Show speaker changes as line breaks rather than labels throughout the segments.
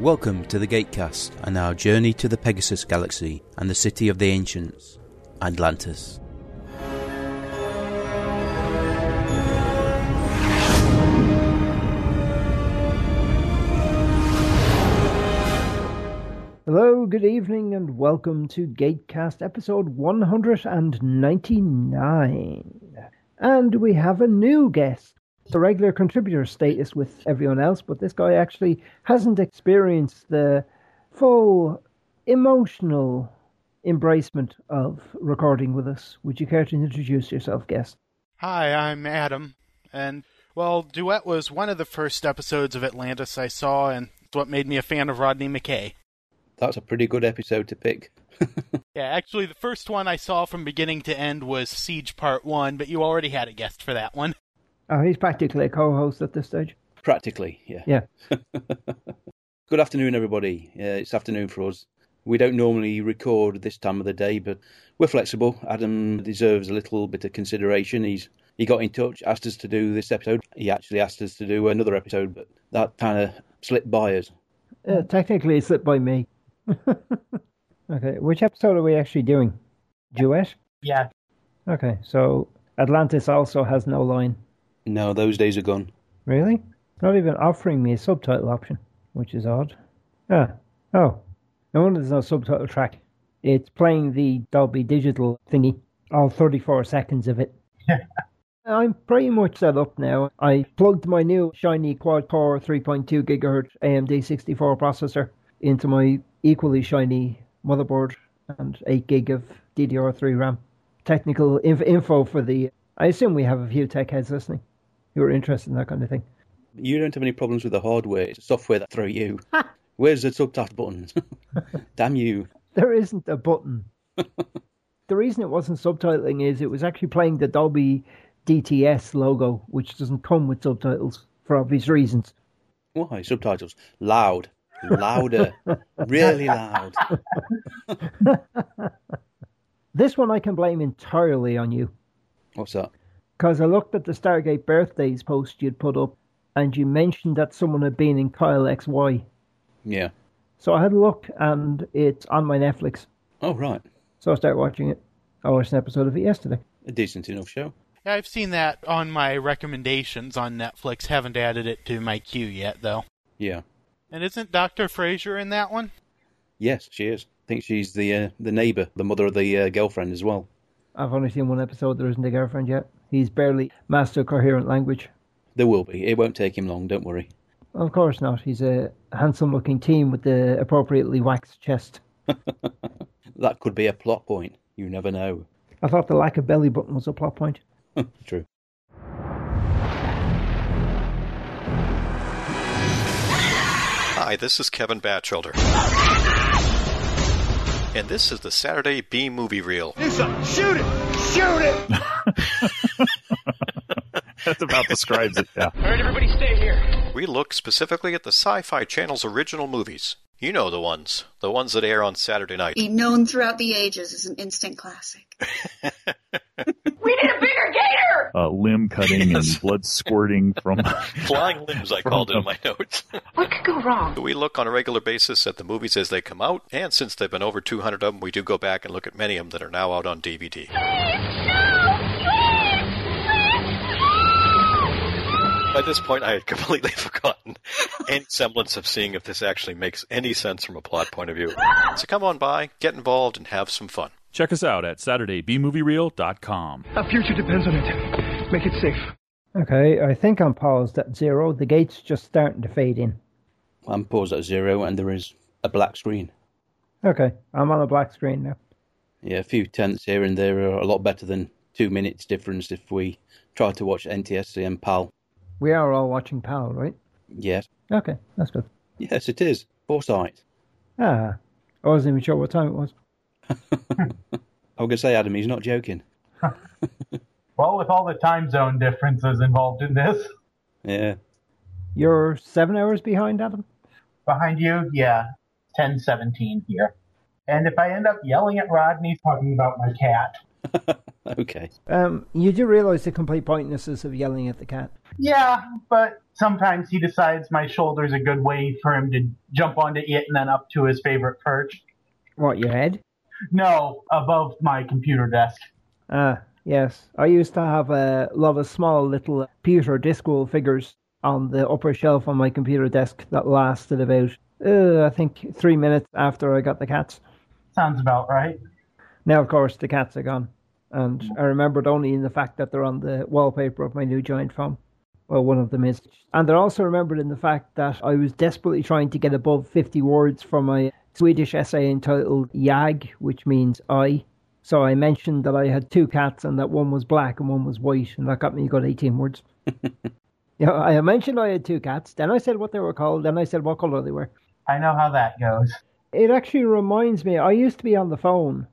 Welcome to the Gatecast and our journey to the Pegasus Galaxy and the city of the ancients, Atlantis.
Hello, good evening, and welcome to Gatecast episode 199. And we have a new guest. The regular contributor status with everyone else, but this guy actually hasn't experienced the full emotional embracement of recording with us. Would you care to introduce yourself, guest?
Hi, I'm Adam. And, well, Duet was one of the first episodes of Atlantis I saw, and it's what made me a fan of Rodney McKay.
That's a pretty good episode to pick.
Yeah, actually, the first one I saw from beginning to end was Siege Part 1, but you already had a guest for that one.
Oh, he's practically a co host at this stage.
Practically, yeah.
Yeah.
Good afternoon, everybody. Uh, it's afternoon for us. We don't normally record this time of the day, but we're flexible. Adam deserves a little bit of consideration. He's he got in touch, asked us to do this episode. He actually asked us to do another episode, but that kind of slipped by us.
Uh, technically, it's slipped by me. okay, which episode are we actually doing? Duet?
Yeah.
Okay, so Atlantis also has no line.
No, those days are gone.
Really? Not even offering me a subtitle option, which is odd. Ah, oh. No wonder there's no subtitle track. It's playing the Dolby Digital thingy, all 34 seconds of it. I'm pretty much set up now. I plugged my new shiny quad core 3.2 gigahertz AMD 64 processor into my equally shiny motherboard and 8 gig of DDR3 RAM. Technical inf- info for the. I assume we have a few tech heads listening who are interested in that kind of thing.
You don't have any problems with the hardware. It's the software that throw you. Where's the subtitle buttons? Damn you.
There isn't a button. the reason it wasn't subtitling is it was actually playing the Dolby DTS logo, which doesn't come with subtitles for obvious reasons.
Why? Subtitles. Loud. Louder. really loud.
This one I can blame entirely on you.
What's that?
Because I looked at the Stargate birthdays post you'd put up, and you mentioned that someone had been in Kyle XY.
Yeah.
So I had a look, and it's on my Netflix.
Oh, right.
So I started watching it. I watched an episode of it yesterday.
A decent enough show.
Yeah, I've seen that on my recommendations on Netflix. Haven't added it to my queue yet, though.
Yeah.
And isn't Dr. Fraser in that one?
Yes, she is. I think she's the uh, the neighbour, the mother of the uh, girlfriend as well.
I've only seen one episode. There isn't a girlfriend yet. He's barely mastered coherent language.
There will be. It won't take him long. Don't worry.
Of course not. He's a handsome-looking teen with the appropriately waxed chest.
That could be a plot point. You never know.
I thought the lack of belly button was a plot point.
True.
Hi, this is Kevin Batchelder. And this is the Saturday B movie reel.
That about describes it. Yeah.
We look specifically at the Sci Fi Channel's original movies. You know the ones, the ones that air on Saturday night.
be known throughout the ages as an instant classic.
Uh, limb cutting and blood squirting from.
Flying limbs, I called it in my notes.
What could go wrong?
we look on a regular basis at the movies as they come out, and since there have been over 200 of them, we do go back and look at many of them that are now out on DVD. By this point, I had completely forgotten any semblance of seeing if this actually makes any sense from a plot point of view. So come on by, get involved, and have some fun.
Check us out at SaturdayBMovieReel.com.
Our future depends on it. Make it safe.
Okay, I think I'm paused at zero. The gate's just starting to fade in.
I'm paused at zero, and there is a black screen.
Okay, I'm on a black screen now.
Yeah, a few tenths here and there are a lot better than two minutes difference if we try to watch NTSC and PAL.
We are all watching PAL, right?
Yes.
Okay, that's good.
Yes, it is. Foresight.
Ah, I wasn't even sure what time it was.
I was going to say, Adam, he's not joking.
Well, with all the time zone differences involved in this,
Yeah.
You're seven hours behind, Adam?
behind you, yeah, ten seventeen here. And if I end up yelling at Rodney talking about my cat,
okay.
Um, you do realize the complete pointlessness of yelling at the cat.
Yeah, but sometimes he decides my shoulder's a good way for him to jump onto it and then up to his favorite perch.
What, your head?
No, above my computer desk.
Ah, yes. I used to have a lot of small little pewter Discworld figures on the upper shelf on my computer desk that lasted about, uh, I think, three minutes after I got the cats.
Sounds about right.
Now, of course, the cats are gone. And I remembered only in the fact that they're on the wallpaper of my new giant farm. Well, one of them is. And I also remembered in the fact that I was desperately trying to get above 50 words for my Swedish essay entitled Jag, which means I. So I mentioned that I had two cats and that one was black and one was white, and that got me got 18 words. yeah, I mentioned I had two cats, then I said what they were called, then I said what color they were.
I know how that goes.
It actually reminds me, I used to be on the phone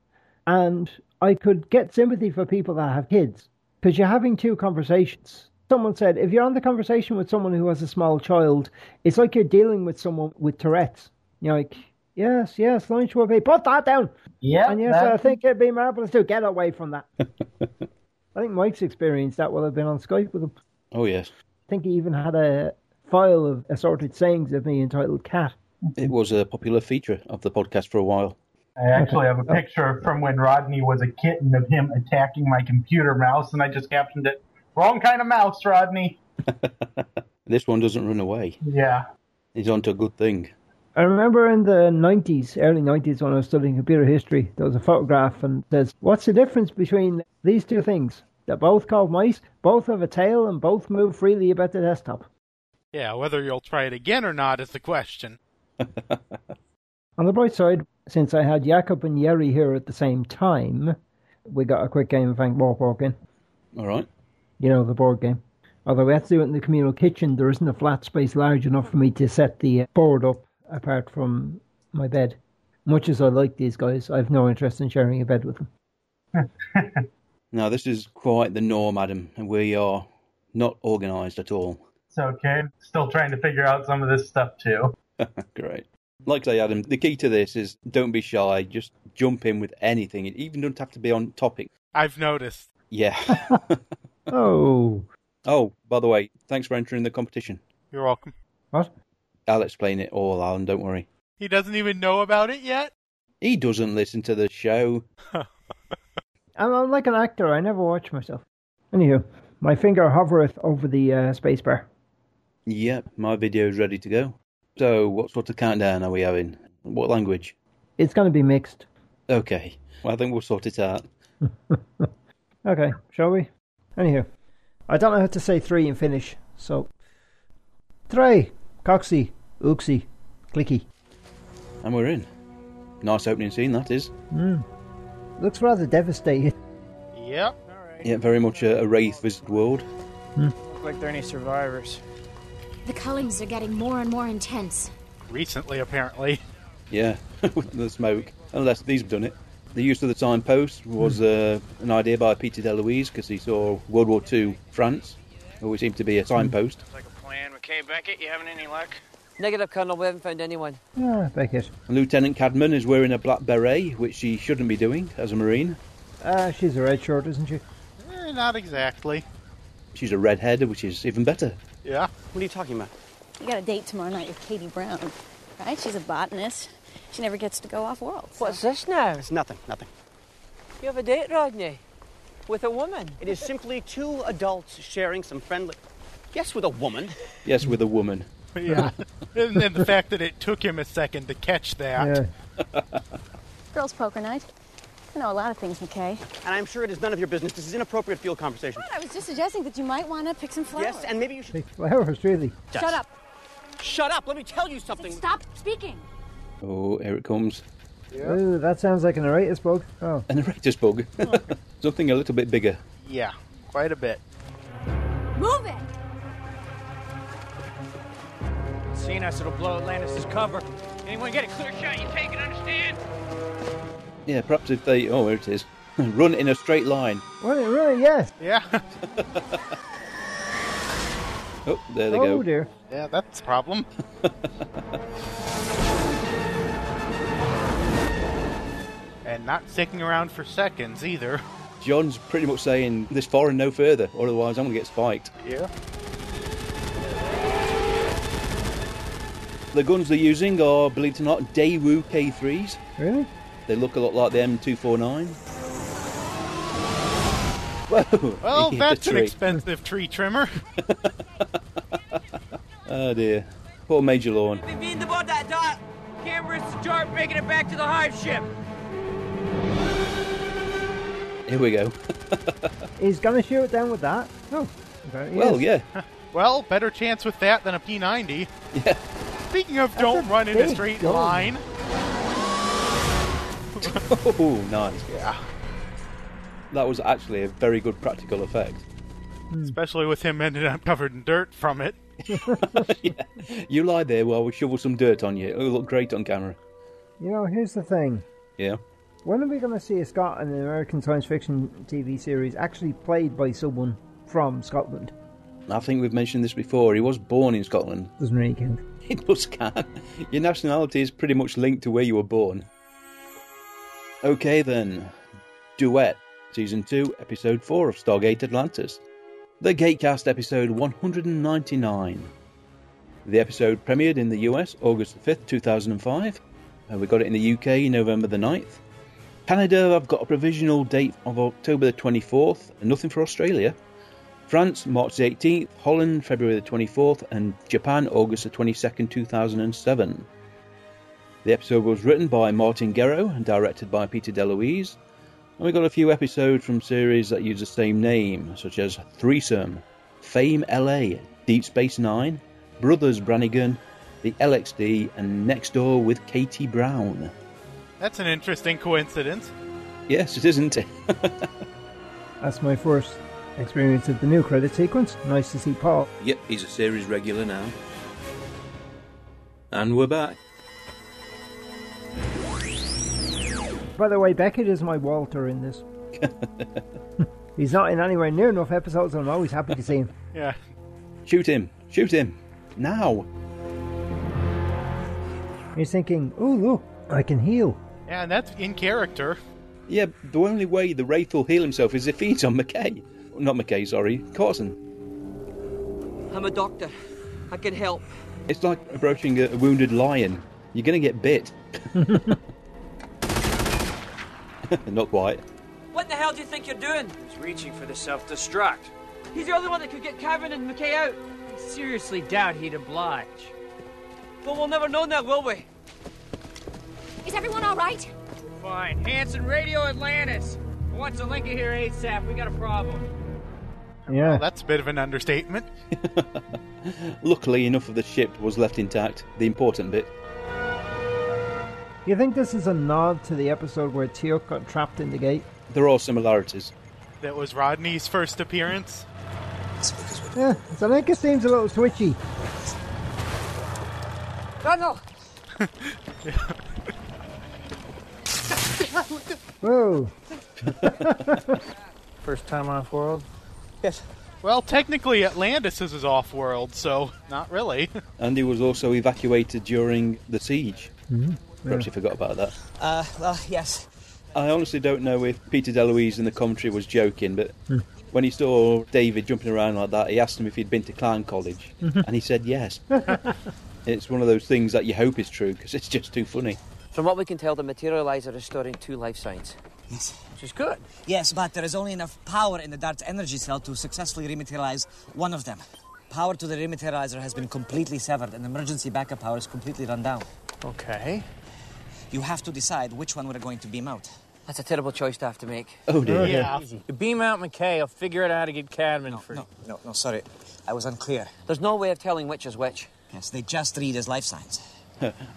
and I could get sympathy for people that have kids because you're having two conversations. Someone said, if you're on the conversation with someone who has a small child, it's like you're dealing with someone with Tourette's. You're like, yes, yes, lunch will be, put that down.
Yeah,
And yes, I think it'd be marvelous to get away from that. I think Mike's experienced that while I've been on Skype with him.
Oh, yes.
I think he even had a file of assorted sayings of me entitled Cat.
It was a popular feature of the podcast for a while.
I actually have a picture from when Rodney was a kitten of him attacking my computer mouse, and I just captioned it, wrong kind of mouse, Rodney.
This one doesn't run away.
Yeah.
He's on to a good thing.
I remember in the 90s, early 90s, when I was studying computer history, there was a photograph and it says, What's the difference between these two things? They're both called mice, both have a tail, and both move freely about the desktop.
Yeah, whether you'll try it again or not is the question.
On the bright side, since I had Jakob and Yeri here at the same time, we got a quick game of Hank Walk Walk in.
All right.
you know, the board game. Although we had to do it in the communal kitchen, there isn't a flat space large enough for me to set the uh, board up apart from my bed. Much as I like these guys, I've no interest in sharing a bed with them.
Now, this is quite the norm, Adam, and we are not organised at all.
It's okay. Still trying to figure out some of this stuff, too.
Great. Like I say, Adam, the key to this is don't be shy. Just jump in with anything. It even doesn't have to be on topic.
I've noticed.
Yeah.
Oh,
oh, by the way, thanks for entering the competition.
You're welcome.
what?
I'll explain it all, Alan. Don't worry.
He doesn't even know about it yet?
He doesn't listen to the show.
I'm, I'm like an actor, I never watch myself. Anywho, my finger hovereth over the uh, space bar.
Yep, my video's ready to go. So, what sort of countdown are we having? What language?
It's going to be mixed.
Okay. Well, I think we'll sort it out.
Okay, shall we? Anywho, I don't know how to say three in Finnish, so. Three, coxy, ooksy, clicky.
And we're in. Nice opening scene, that is.
Hmm. Looks rather devastated.
Yep.
Yeah, very much a, a Wraith Visit World.
Look like there are any survivors.
The cullings are getting more and more intense.
Recently, apparently.
Yeah, with the smoke. Unless these have done it. The use of the signpost
Hmm.
was uh, an idea by Peter DeLuise because he saw World War II France, always seemed to be
Hmm.
a signpost.
Looks like a plan. McKay Beckett, you having any luck?
Negative, Colonel. We haven't found anyone.
Ah, Beckett.
Lieutenant Cadman is wearing a black beret, which she shouldn't be doing as a Marine.
Ah, she's a red shirt, isn't she?
Eh, not exactly.
She's a redhead, which is even better.
Yeah.
What are you talking about?
You got a date tomorrow night with Katie Brown, right? She's a botanist. She never gets to go off world. What's this now?
It's nothing, nothing.
You have a date, Rodney, with a woman.
It is simply two adults sharing some friendly. Yes, with a woman.
Yes, with a woman.
Yeah. and then the fact that it took him a second to catch that.
Yeah.
Girls' poker night. I know a lot of things, McKay.
And I'm sure it is none of your business. This is inappropriate field conversation.
I was just suggesting that you might want to pick some flowers.
Yes, and maybe you should.
Big flowers, really.
Shut up.
Shut up! Let me tell you something.
Stop speaking.
Oh, here it comes.
Ooh, that sounds like an oratus bug. Oh,
An erectus bug. Something a little bit bigger.
yeah. Quite a bit.
Move it.
Seeing us, it'll blow Atlantis' cover. Anyone get a clear shot you take it, understand?
Yeah, perhaps if they. Oh, here it is. Run in a straight line.
well, it really, yes.
Yeah.
Oh, there they
Oh
go.
dear.
yeah, that's a problem. and not sticking around for seconds either.
John's pretty much saying this far and no further, or otherwise I'm going to get spiked.
Yeah.
The guns they're using are, believe it or not, Daewoo K3s.
Really?
They look a lot like the M249. Whoa!
Well,
He hit the
that's an
tree.
expensive tree trimmer.
Oh dear. Poor Major Lawn.
We've been about that dot. Cameras to start making it back to the hive ship.
Here we go.
He's going to shoot it down with that. Oh, okay, he is.
well, better chance with that than a P90.
Yeah.
Speaking of don't run in a
big
straight
gun.
line.
oh, nice.
Yeah.
That was actually a very good practical effect.
Especially with him ending up covered in dirt from it.
You lie there while we shovel some dirt on you. It'll look great on camera.
You know, here's the thing.
Yeah.
When are we going to see a Scot in an American science fiction TV series actually played by someone from Scotland?
I think we've mentioned this before. He was born in Scotland.
Doesn't really count.
It does count. Your nationality is pretty much linked to where you were born. Okay then. Duet, Season 2, Episode 4 of Stargate Atlantis. The Gatecast episode 199. The episode premiered in the US August 5th, 2005. and Uh, we got it in the UK November the 9th. Canada, I've got a provisional date of October the 24th, and nothing for Australia. France, March the 18th, Holland, February the 24th, and Japan, August the 22nd, 2007. The episode was written by Martin Guerrero and directed by Peter DeLuise, and we got a few episodes from series that use the same name, such as Threesome, Fame LA, Deep Space Nine, Brothers Brannigan, The LXD, and Next Door with Katie Brown.
That's an interesting coincidence.
Yes, it isn't it?
That's my first experience of the new credit sequence. Nice to see Paul.
Yep, he's a series regular now. And we're back.
By the way, Beckett is my Walter in this. He's not in anywhere near enough episodes, and I'm always happy to see him.
Yeah.
Shoot him! Shoot him! Now!
He's thinking, oh, look, I can heal.
Yeah, and that's in character.
Yeah, the only way the Wraith will heal himself is if he's on McKay. Not McKay, sorry, Carson.
I'm a doctor. I can help.
It's like approaching a wounded lion. You're going to get bit. Not quite.
What the hell do you think you're doing?
He's reaching for the self-destruct.
He's the only one that could get Cavan and McKay out.
I seriously doubt he'd oblige.
But we'll never know that, will we?
Is everyone all right? Fine. Hanson Radio Atlantis. What's a link here ASAP? We got a problem.
Yeah.
that's a bit of an understatement.
Luckily, enough of the ship was left intact, the important bit.
You think this is a nod to the episode where Teok got trapped in the gate?
There are similarities.
That was Rodney's first appearance.
Yeah, Zelenka seems a little twitchy.
Randall!
Whoa.
First time off world?
Yes.
Well, technically Atlantis is off world, so not really.
And he was also evacuated during the siege.
Mhm,
Perhaps you forgot about that.
Uh, well, yes.
I honestly don't know if Peter DeLuise in the commentary was joking, but
Hmm.
when he saw David jumping around like that, he asked him if he'd been to Clown College,
Mhm.
and he said yes. it's one of those things that you hope is true because it's just too funny.
From what we can tell, the materializer is storing two life signs. Yes. Which is good.
Yes, but there is only enough power in the Dart's energy cell to successfully rematerialize one of them. Power to the rematerializer has been completely severed, and emergency backup power is completely run down. Okay. You have to decide which one we're going to beam out.
That's a terrible choice to have to make.
Oh
dear.
You beam out McKay, I'll figure out how to get Cadman free.
No, no, sorry. I was unclear.
There's no way of telling which is which.
Yes, they just read as life signs.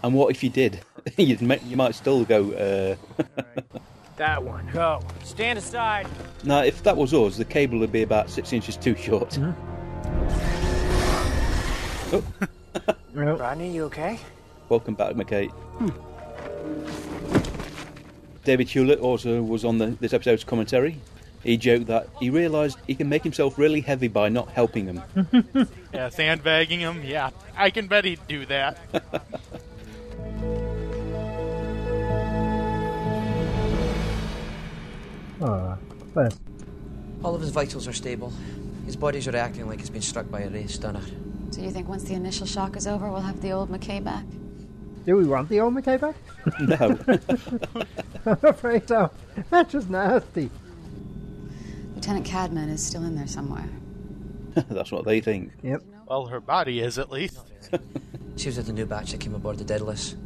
and what if you did? You'd ma- you might still go. Uh...
That one. Go. Stand aside.
now, if that was us, the cable would be about six inches too short.
Rodney, you okay?
Welcome back, McKay. David Hewlett also was on the, this episode's commentary. He joked that he realised he can make himself really heavy by not helping him.
yeah, sandbagging him. Yeah, I can bet he'd do that.
Ah. But
All of his vitals are stable. His body's reacting like it's been struck by a ray stunner.
So you think once the initial shock is over, we'll have the old McKay back?
do we want the old McKay back?
No.
I'm afraid so. That's just nasty.
Lieutenant Cadman is still in there somewhere.
That's what they think.
Yep.
Well, her body is at least.
She was at the new batch that came aboard the Daedalus.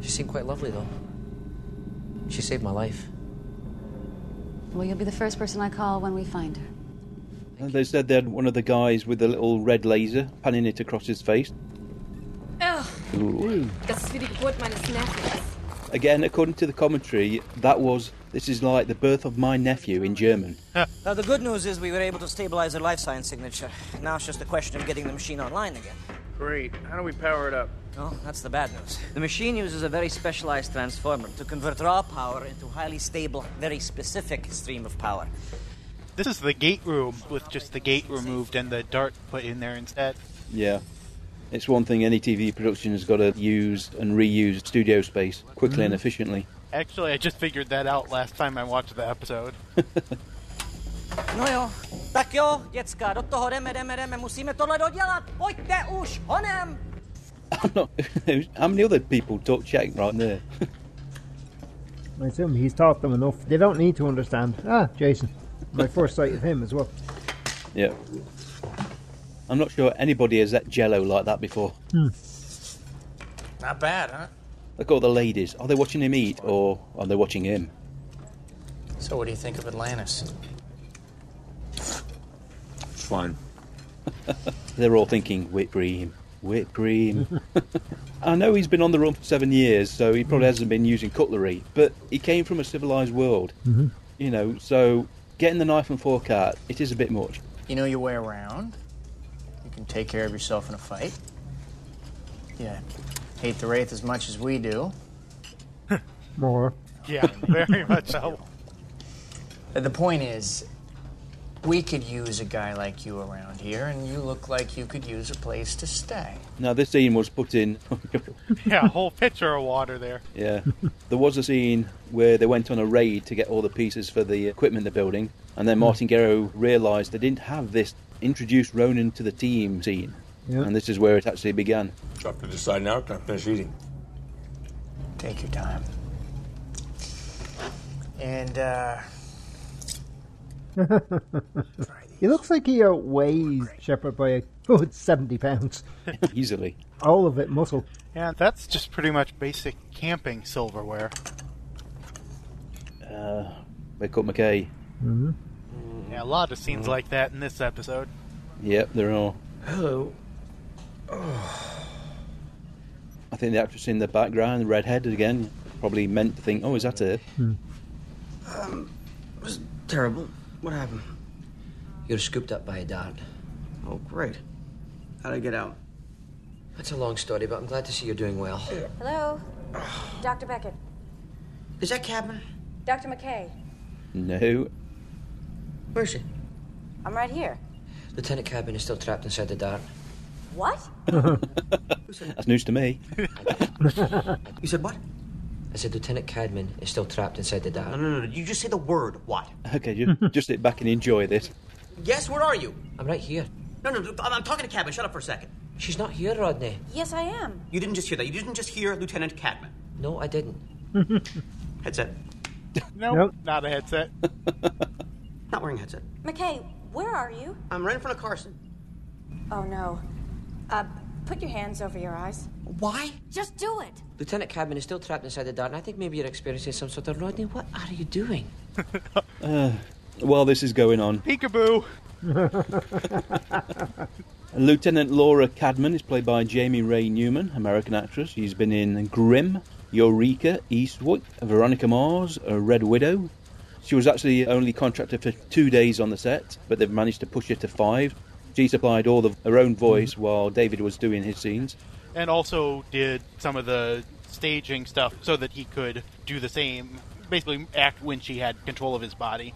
She seemed quite lovely, though. She saved my life.
Well, you'll be the first person I call when we find her.
They said they had one of the guys with the little red laser panning it across his face.
Ugh,
Ooh.
das ist wie die Geburt meines Neffens.
Again, according to the commentary, that was this is like the birth of my nephew in German.
now, the good news is we were able to stabilize her life science signature. Now it's just a question of getting the machine online again.
Great. How do we power it up?
Well, that's the bad news. The machine uses a very specialized transformer to convert raw power into highly stable, very specific stream of power.
This is the gate room with just the gate removed and the dart put in there instead.
Yeah. It's one thing any TV production has got to use and reuse studio space quickly and
Mhm.
efficiently.
Actually, I just figured that out last time I watched the episode.
No jo, tak jo, děcka, do toho jdeme, jdeme, jdeme, musíme tohle dodělat, pojďte už, honem!
I'm not. How many other people talk Czech right there?
I assume he's taught them enough. They don't need to understand. Ah, Jason. My first sight of him as well.
Yeah. I'm not sure anybody has that jello like that before.
Hmm,
Not bad, huh?
Look at all the ladies. Are they watching him eat or are they watching him?
So, what do you think of Atlantis?
It's fine. They're all thinking whipped cream, whipped cream. I know he's been on the run for seven years, so he probably hasn't been using cutlery, but he came from a civilized world,
Mhm.
you know, so getting the knife and fork out, it is a bit much.
You know your way around. You can take care of yourself in a fight. Yeah, hate the Wraith as much as we do.
More.
Yeah, very much so.
Uh, The point is, we could use a guy like you around here, and you look like you could use a place to stay.
Now, this scene was put in. oh
yeah, a whole pitcher of water there.
yeah. There was a scene where they went on a raid to get all the pieces for the equipment they're building, and
Hmm.
then Martin Guerrero realised they didn't have this introduce Ronan to the team scene.
Yeah.
And this is where it actually began.
It's up to decide now after I finish eating.
Take your time. And, uh,
he looks like he outweighs Shepard by a good 70 pounds.
Easily.
All of it muscle.
Yeah, that's just pretty much basic camping silverware.
Uh, Wake up, McKay.
Mm-hmm.
Yeah, a lot of scenes like that in this episode.
Yep, they're all.
Hello.
I think the actress in the background, the redhead again, probably meant to think, oh, is that her?
Hmm.
Um, it was terrible. What happened? You're scooped up by a dart. Oh, great. How'd I get out? That's a long story, but I'm glad to see you're doing well.
Hello? Dr. Beckett.
Is that Cabin?
Dr. McKay.
No.
Where is she?
I'm right here.
Lieutenant Cabin is still trapped inside the dart.
What?
That's news to me.
you said what? I said Lieutenant Cadman is still trapped inside the dart. No, no, no. You just say the word. What?
Okay, just, just sit back and enjoy this.
Yes. Where are you? I'm right here. No, no. I'm, I'm talking to Cadman. Shut up for a second. She's not here, Rodney.
Yes, I am.
You didn't just hear that. You didn't just hear Lieutenant Cadman. No, I didn't. Headset.
Nope, not a headset.
Not wearing headset.
McKay, where are you?
I'm right in front of Carson.
Oh, no. Uh, put your hands over your eyes.
Why?
Just do it.
Lieutenant Cadman is still trapped inside the dart, and I think maybe you're experiencing some sort of Rodney. What are you doing?
Uh, while this is going on,
Peekaboo.
Lieutenant Laura Cadman is played by Jamie Ray Newman, American actress. She's been in Grimm, Eureka, Eastwood, Veronica Mars, uh, Red Widow. She was actually only contracted for two days on the set, but they've managed to push her to five. She supplied all of her own voice while David was doing his scenes.
And also did some of the staging stuff so that he could do the same, basically act when she had control of his body.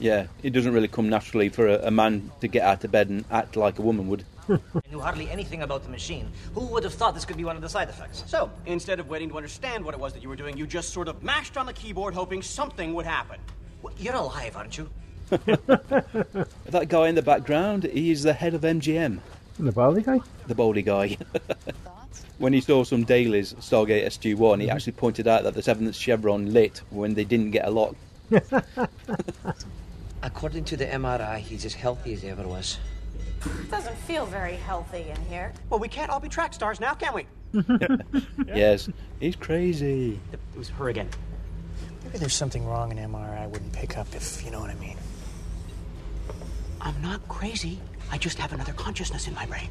Yeah, it doesn't really come naturally for a, a man to get out of bed and act like a woman would.
I knew hardly anything about the machine. Who would have thought this could be one of the side effects?
So, instead of waiting to understand what it was that you were doing, you just sort of mashed on the keyboard hoping something would happen.
Well, You're alive, aren't you?
That guy in the background, he is the head of MGM.
The baldy guy?
The baldy guy. when he saw some dailies, Stargate SG-1, he
Mhm.
actually pointed out that the 7th Chevron lit when they didn't get a lock.
According to the MRI, he's as healthy as he ever was.
Doesn't feel very healthy in here.
Well, we can't all be track stars now, can we?
Yes, he's crazy.
It was her again. Maybe there's something wrong in MRI I wouldn't pick up if you know what I mean. I'm not crazy. I just have another consciousness in my brain.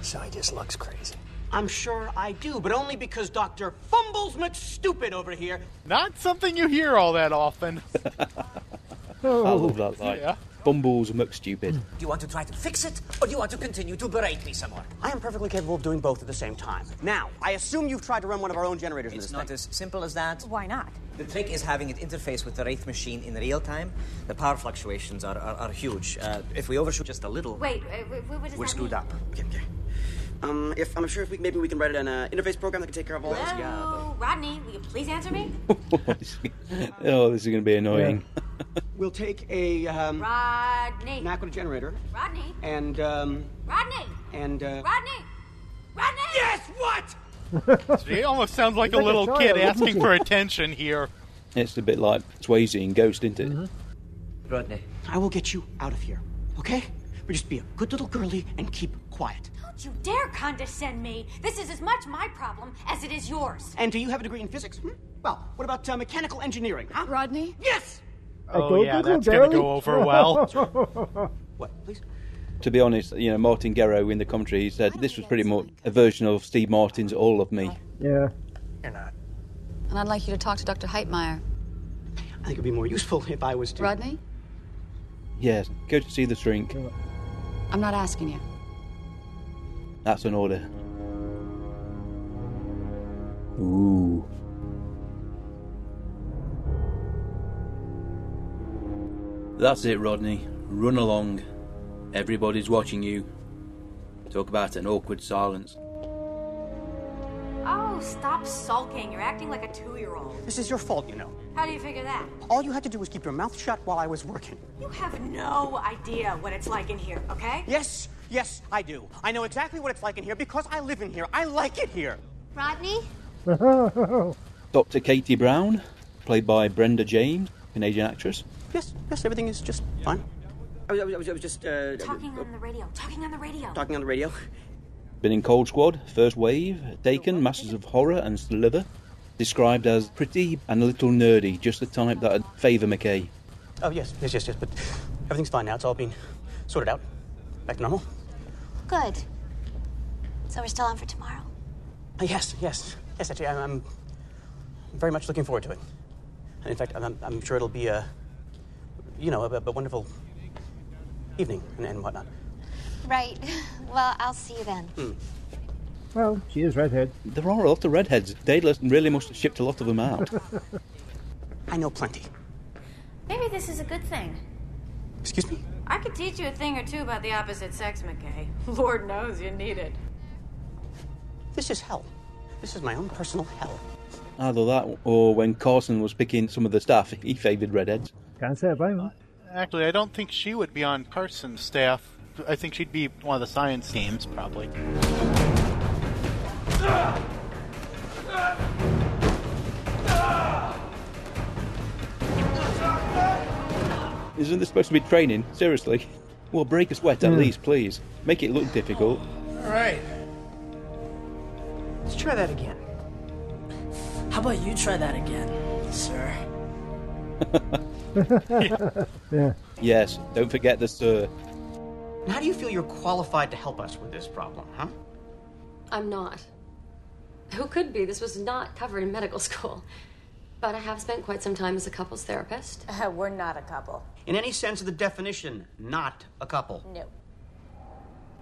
So he just looks crazy. I'm sure I do, but only because Dr. Fumbles McStupid over here.
Not something you hear all that often.
I love that line.
Yeah.
Bumbles McStupid.
Do you want to try to fix it, or do you want to continue to berate me some more? I am perfectly capable of doing both at the same time. Now, I assume you've tried to run one of our own generators. It's not as simple as that.
Why not?
The trick is having it interface with the Wraith machine in real time. The power fluctuations are, are, are huge. Uh, if we overshoot just a little,
Wait, uh, wh- wh- what does
We're
that
screwed
mean?
up.
Um, if I'm sure if we maybe we can write it in an uh, interface program that can take care of all this.
Hello, Rodney, will you please answer me?
oh, this is going to be annoying.
We'll take a um,
Rodney.
Macro generator
Rodney.
and um,
Rodney.
and uh,
Rodney. Rodney.
Yes, what?
He almost sounds like
He's
a
like a
little
child,
kid
isn't
asking
he?
for attention here.
It's a bit like Swayze in Ghost, isn't it?
Rodney.
I will get you out of here, okay? But just be a good little girly and keep quiet.
Don't you dare condescend me. This is as much my problem as it is yours.
And do you have a degree in physics? Hmm? Well, what about uh, mechanical engineering, huh?
Rodney?
Yes!
Oh, yeah, that's gonna go over
well.
what, please?
To be honest, you know, Martin Garrow in the commentary he said this was pretty much a version of Steve Martin's All of Me.
Yeah.
You're not.
And I'd like you to talk to Dr. Heitmeyer.
I think it'd be more useful if I was to.
Rodney,
Yes, go to see the shrink.
I'm not asking you.
That's an order. Ooh.
That's it, Rodney. Run along. Everybody's watching you. Talk about an awkward silence.
Oh, stop sulking. You're acting like a two-year-old.
This is your fault, you know.
How do you figure that?
All you had to do was keep your mouth shut while I was working.
You have no idea what it's like in here, okay?
Yes, yes, I do. I know exactly what it's like in here because I live in here. I like it here.
Rodney?
Dr. Katie Brown, played by Brenda James, Canadian actress.
yes, yes, everything is just fine. I was, I was, I was- I was just uh,
Talking on the radio. Talking on the radio.
talking on the radio.
Been in Cold Squad, First Wave, Taken, Masters of Horror, and Sliver. Described as pretty and a little nerdy, just the type that would favour McKay.
Oh, yes, yes, yes, yes, but everything's fine now. It's all been sorted out. Back to normal?
Good. So we're still on for tomorrow.
Uh, yes, yes, yes, actually, I'm, I'm very much looking forward to it. And in fact, I'm- I'm, I'm sure it'll be a, you know, a, a wonderful evening and, and whatnot.
Right. Well, I'll see you then.
Well, she is redhead.
There are a lot of redheads. Daedalus really must have shipped a lot of them out.
I know plenty.
Maybe this is a good thing.
Excuse me?
I could teach you a thing or two about the opposite sex, McKay. Lord knows you need it.
This is hell. This is my own personal hell.
Either that, or when Carson was picking some of the staff, he favoured redheads.
Can't say I blame her.
Actually, I don't think she would be on Carson's staff. I think she'd be one of the science teams, probably.
Isn't this supposed to be training? Seriously? Well, break a sweat at
Hmm.
least, please. Make it look difficult.
All right. Let's try that again. How about you try that again, sir? Uh,
yeah.
Yes, don't forget the sir.
And how do you feel you're qualified to help us with this problem, huh?
I'm not. Who could be? This was not covered in medical school. But I have spent quite some time as a couples therapist.
Uh, We're not a couple.
In any sense of the definition, not a couple.
No.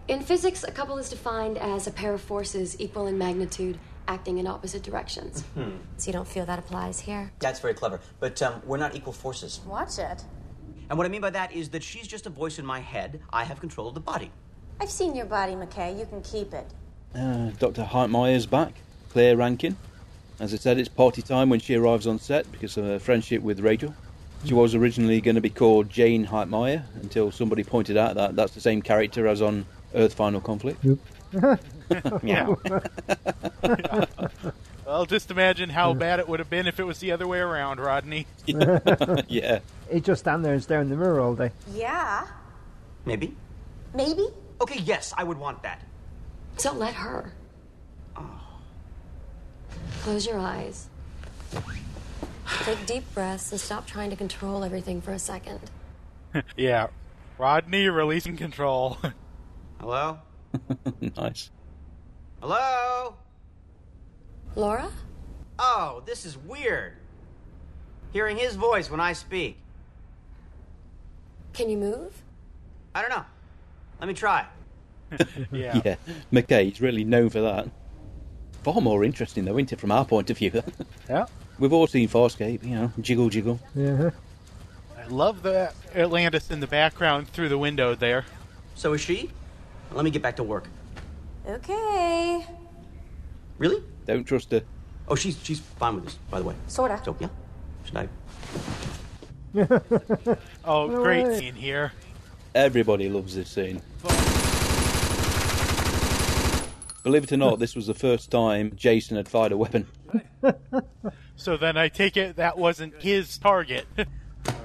In physics, a couple is defined as a pair of forces equal in magnitude acting in opposite directions.
Hmm.
So you don't feel that applies here?
That's very clever. But um, we're not equal forces.
Watch it.
And what I mean by that is that she's just a voice in my head. I have control of the body.
I've seen your body, McKay. You can keep it.
Uh, Dr. Heitmeyer's back. Claire Rankin. As I said, it's party time when she arrives on set because of her friendship with Rachel. She was originally going to be called Jane Heitmeyer until somebody pointed out that that's the same character as on Earth Final Conflict.
Yeah. well, just imagine how bad it would have been if it was the other way around, Rodney.
yeah.
It just stand there and stare in the mirror all day.
Yeah.
Maybe.
Maybe?
Okay, yes, I would want that.
So let her.
Oh.
Close your eyes. Take deep breaths and stop trying to control everything for a second.
yeah. Rodney releasing control.
Hello?
nice.
Hello?
Laura?
Oh, this is weird. Hearing his voice when I speak.
Can you move?
I don't know. Let me try.
Yeah. yeah. McKay's really known for that. Far more interesting, though, isn't it, from our point of view?
yeah.
We've all seen Farscape, you know, jiggle, jiggle.
Yeah.
I love the Atlantis in the background through the window there.
So is she? Let me get back to work.
Okay.
Really?
Don't trust her.
Oh, she's she's fine with this, by the way.
Sorta.
So yeah. Should I?
Oh,
No
great
way.
scene here.
Everybody loves this scene. Believe it or not, this was the first time Jason had fired a weapon.
So then I take it that wasn't his target.
All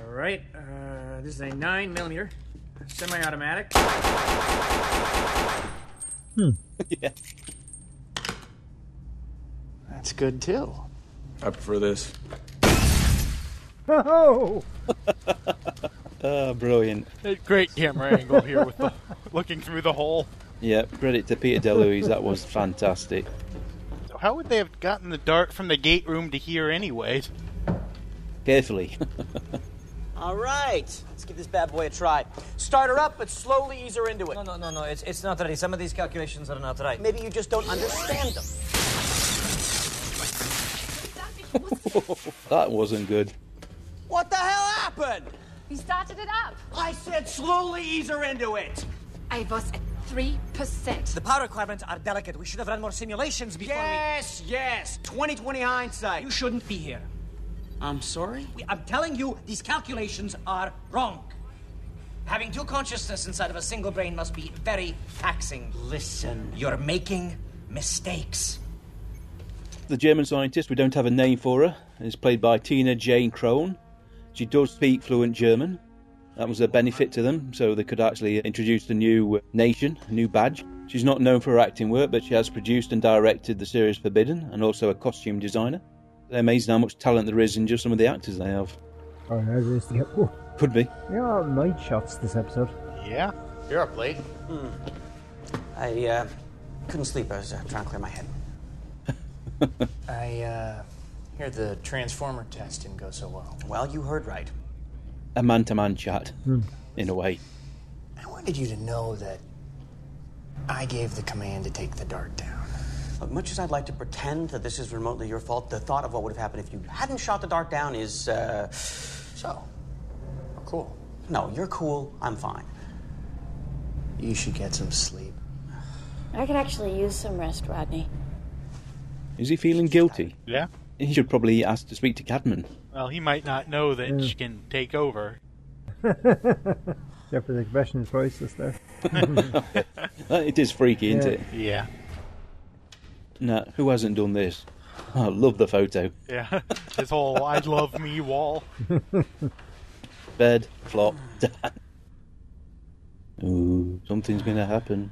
right, uh, this is a 9 millimeter semi automatic.
Hmm. yeah.
That's good too.
I prefer this.
Oh!
Ah, brilliant.
A great camera angle here with the looking through the hole.
Yeah, credit to Peter DeLuise. That was fantastic.
So how would they have gotten the dart from the gate room to here anyways?
Carefully.
All right, let's give this bad boy a try. Start her up, but slowly ease her into it. No, no, no, no. It's it's not ready. Some of these calculations are not right. Maybe you just don't understand them.
that wasn't good.
What the hell happened?
He started it up.
I said slowly ease her into it.
I was at three percent.
The power requirements are delicate. We should have run more simulations before
Yes, yes. 2020 hindsight.
we. You shouldn't be here.
I'm sorry?
We- I'm telling you, these calculations are wrong. Having two consciousness inside of a single brain must be very taxing. Listen, you're making mistakes.
The German scientist, we don't have a name for her, is played by Tina Jane Krohn. She does speak fluent German. That was a benefit to them, so they could actually introduce the new nation, new badge. She's not known for her acting work, but she has produced and directed the series Forbidden and also a costume designer. They're amazing how much talent there is in just some of the actors they have.
Oh, no, there's the. Oh,
Could be.
there are night shots this episode.
Yeah.
You're up late. Hmm. I uh, couldn't sleep. I was uh, trying to clear my head.
I uh, hear the transformer test didn't go so well.
Well, you heard right.
A man to man chat, in a way.
I wanted you to know that I gave the command to take the dart down.
Look, much as I'd like to pretend that this is remotely your fault, the thought of what would have happened if you hadn't shot the dart down is, uh, so. Cool. No, you're cool. I'm fine.
You should get some sleep.
I could actually use some rest, Rodney.
Is he feeling guilty?
Yeah.
He should probably ask to speak to Cadman.
Well, he might not know that she can take over.
Except for the expression voices there.
it is freaky, isn't it?
Yeah.
No, who hasn't done this? I love the photo.
Yeah. His whole I love me wall.
Bed, flop, down. Ooh, something's going to happen.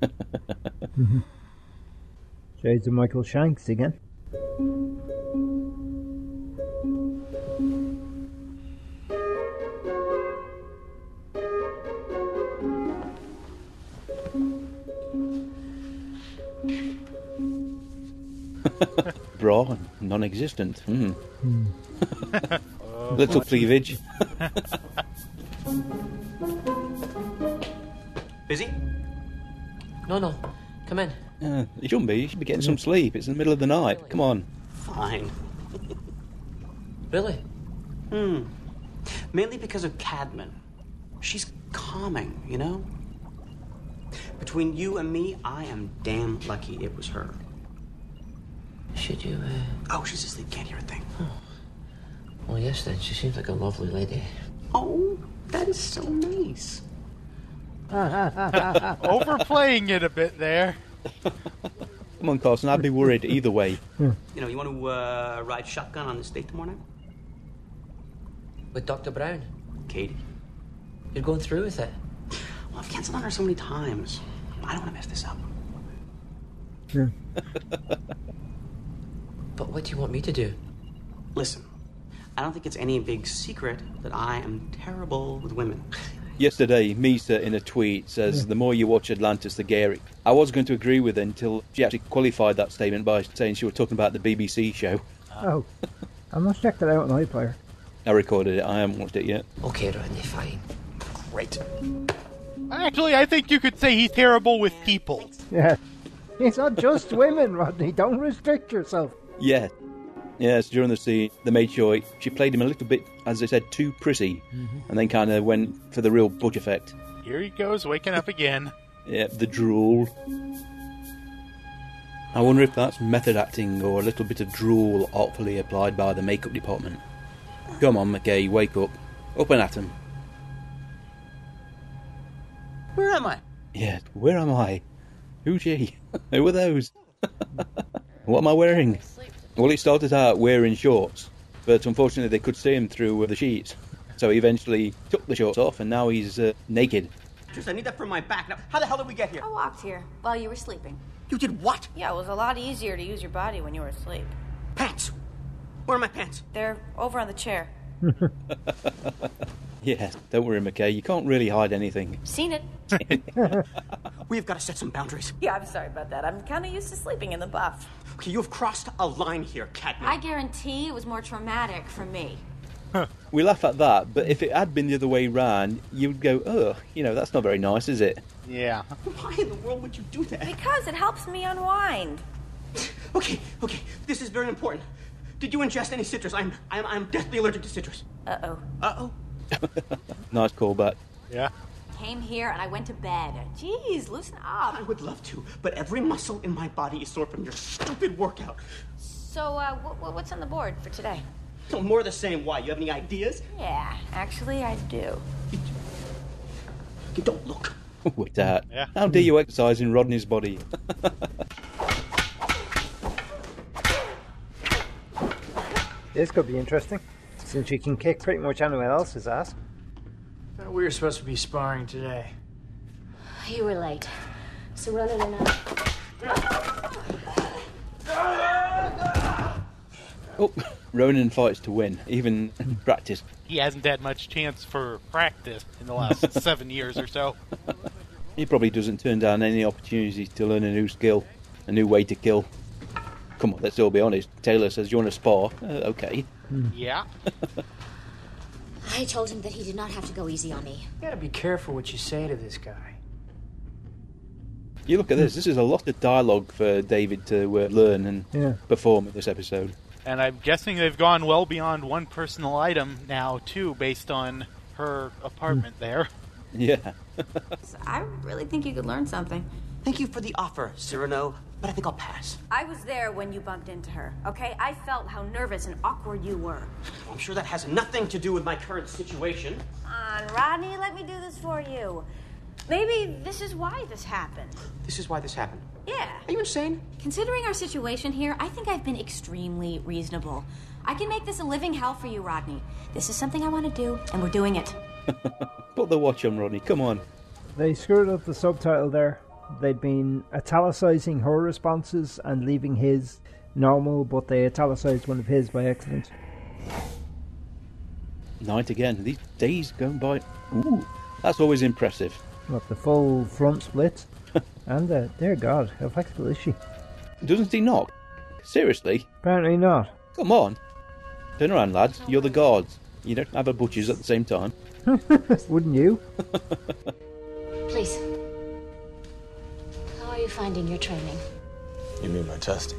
hmm Shades of Michael Shanks again.
Bra, non existent. Hmm.
Hmm.
Little cleavage.
Busy?
No, no. Come in.
yeah, you shouldn't be. You should be getting some sleep. It's in the middle of the night. Come on.
Fine.
Really?
Hmm. Mainly because of Cadman. She's calming, you know? Between you and me, I am damn lucky it was her.
Should you, uh...
Oh, she's asleep. Can't hear a thing.
Oh.
Well, yes, then. She seems like a lovely lady.
Oh, that is so nice.
Overplaying it a bit there.
Come on, Carson. I'd be worried either way.
You know, you want to uh, ride shotgun on this date tomorrow night?
With Dr. Brown?
Katie.
You're going through with it?
Well, I've canceled on her so many times. I don't want to mess this up.
But what do you want me to do?
Listen, I don't think it's any big secret that I am terrible with women.
Yesterday, Misa in a tweet says, The more you watch Atlantis, the gayer it. I was going to agree with her until she actually qualified that statement by saying she was talking about the BBC show.
Oh, I must check that out on iPlayer.
I recorded it, I haven't watched it yet.
Okay, Rodney, fine. Great.
Actually, I think you could say he's terrible with people.
Yeah. It's not just women, Rodney. Don't restrict yourself.
Yeah. Yes, during the scene, they made sure she played him a little bit, as they said, too pretty,
Mm-hmm.
and then kind of went for the real butch effect.
Mm-hmm. Here he goes, waking up again.
Yeah, the drool. I wonder if that's method acting or a little bit of drool artfully applied by the makeup department. Come on, McKay, wake up. Up and at 'em.
Where am I?
Yeah, where am I? Who's she? Who are those? what am I wearing? Well, he started out wearing shorts, but unfortunately they could see him through uh, the sheets. So he eventually took the shorts off and now he's uh, naked.
Tris, I need that for my back. Now, how the hell did we get here?
I walked here while you were sleeping.
You did what?
Yeah, it was a lot easier to use your body when you were asleep.
Pants! Where are my pants?
They're over on the chair.
Yeah, don't worry, McKay, you can't really hide anything.
Seen it.
We've got to set some boundaries.
Yeah, I'm sorry about that. I'm kind of used to sleeping in the buff.
Okay, you have crossed a line here, Cadman.
I guarantee it was more traumatic for me.
we laugh at that, but if it had been the other way round, you would go, oh, you know, that's not very nice, is it?
Yeah.
Why in the world would you do that?
Because it helps me unwind.
Okay, okay, this is very important. Did you ingest any citrus? I'm, I'm, I'm deathly allergic to citrus.
Uh oh.
Uh oh.
Nice callback.
Yeah.
Came here and I went to bed. Jeez, loosen up.
I would love to, but every muscle in my body is sore from your stupid workout.
So, uh, wh- wh- what's on the board for today?
So more the same. Why? You have any ideas?
Yeah, actually, I do.
You don't look.
What's that? How do you exercise in Rodney's body?
This could be interesting, since you can kick pretty much anyone else's ass.
Thought we were supposed to be sparring today. Hmm.
You were late. So run it enough.
Oh, Ronan fights to win, even in practice.
He hasn't had much chance for practice in the last seven years or so.
He probably doesn't turn down any opportunities to learn a new skill, a new way to kill. Come on, let's all be honest. Taylor says, You want to spar? Uh, okay.
Yeah.
I told him that he did not have to go easy on me.
You gotta be careful what you say to this guy.
You look at this, this is a lot of dialogue for David to uh, learn and
Yeah.
perform in this episode.
And I'm guessing they've gone well beyond one personal item now, too, based on her apartment there.
Yeah.
I really think you could learn something.
Thank you for the offer, Cyrano, but I think I'll pass.
I was there when you bumped into her, okay? I felt how nervous and awkward you were.
I'm sure that has nothing to do with my current situation.
Come on, Rodney, let me do this for you. Maybe this is why this happened.
This is why this happened.
Yeah.
Are you insane?
Considering our situation here, I think I've been extremely reasonable. I can make this a living hell for you, Rodney. This is something I want to do, and we're doing it.
Put the watch on, Rodney. Come on.
They screwed up the subtitle there. They'd been italicizing her responses and leaving his normal, but they italicized one of his by accident.
Night again. These days going by. Ooh, that's always impressive.
Not the full front split. and uh, dear God, how flexible is she?
Doesn't he knock? Seriously?
Apparently not.
Come on. Turn around, lads. You're the guards. You don't have a butcher's at the same time.
Wouldn't you?
Please. How are you finding your training?
You mean my testing?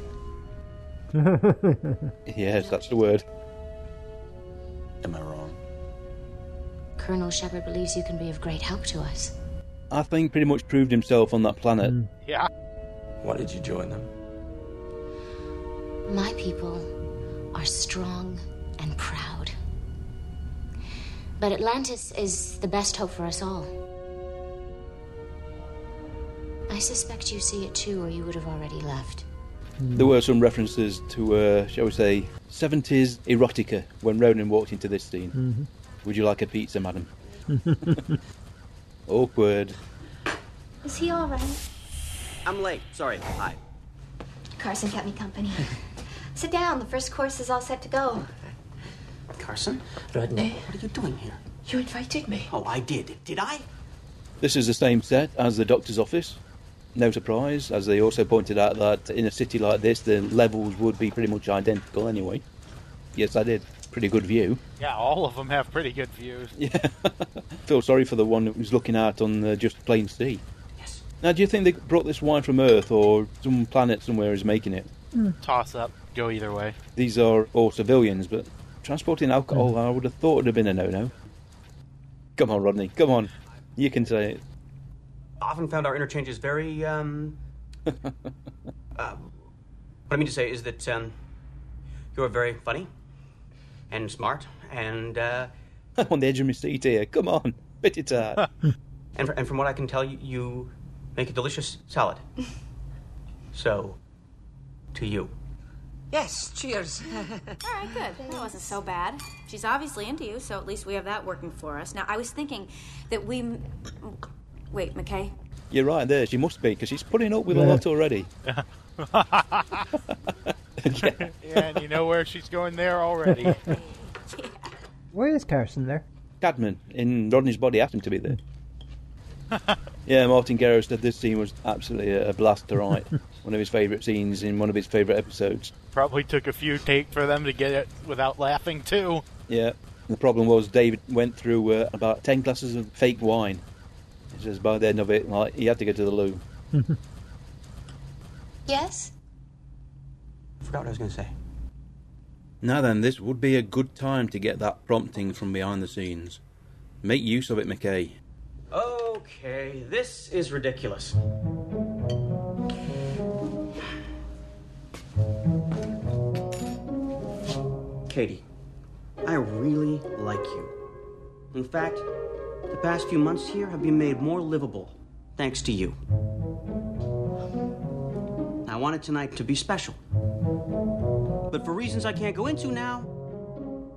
Yes, that's the word.
Am I wrong?
Colonel Shepard believes you can be of great help to us.
I think pretty much proved himself on that planet.
Yeah.
Why did you join them?
My people are strong and proud. But Atlantis is the best hope for us all. I suspect you see it too, or you would have already left.
There were some references to, uh, shall we say, 70s erotica when Ronan walked into this scene.
Mhm.
Would you like a pizza, madam? Awkward.
Is he all right?
I'm late. Sorry. Hi.
Carson kept me company. Sit down. The first course is all set to go.
Carson?
Rodney.
What are you doing here?
You invited me.
Oh, I did. Did I?
This is the same set as the doctor's office. No surprise, as they also pointed out that in a city like this, the levels would be pretty much identical anyway. Yes, I did. Pretty good view.
Yeah, all of them have pretty good views.
Yeah. Feel sorry for the one that was looking out on the just plain sea. Yes. Now, do you think they brought this wine from Earth or some planet somewhere is making it?
Toss up, go either way.
These are all civilians, but transporting alcohol, I would have thought would have been a no-no. Come on, Rodney. Come on. You can say it.
Often found our interchanges very, um. uh, what I mean to say is that, um. You're very funny and smart and, uh.
I'm on the edge of my seat here. Come on. Bit it
uh,
out.
and, fr- and from what I can tell, you, you make a delicious salad. so, to you.
Yes, cheers. All right, good. That wasn't so bad. She's obviously into you, so at least we have that working for us. Now, I was thinking that we. m- Wait, McKay.
You're right there. She must be, because she's putting up with a
Yeah.
lot already.
yeah, and you know where she's going there already.
Where is Carson there?
Cadman in Rodney's body asked him to be there. yeah, Martin Garrow said this scene was absolutely a blast to write. one of his favourite scenes in one of his favourite episodes.
Probably took a few takes for them to get it without laughing too.
Yeah. The problem was David went through uh, about 10 glasses of fake wine. It says by the end of it, like, he had to go to the loo.
Yes?
Forgot what I was going to say.
Now then, this would be a good time to get that prompting from behind the scenes. Make use of it, McKay.
Okay, this is ridiculous. Katie, I really like you. In fact, the past few months here have been made more livable thanks to you. I wanted tonight to be special. But for reasons I can't go into now,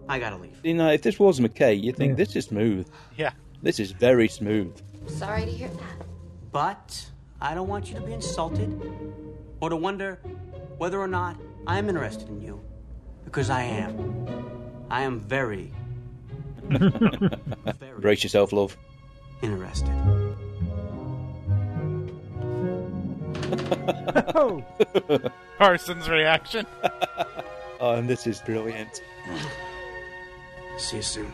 I gotta leave.
You know, if this was McKay, you'd think this is smooth.
Yeah.
This is very smooth.
Sorry to hear that. But I don't want you to be insulted or to wonder whether or not I'm interested in you, because I am. I am very.
Brace yourself, love.
Interested.
Oh. Carson's reaction.
oh, and this is brilliant.
See you soon.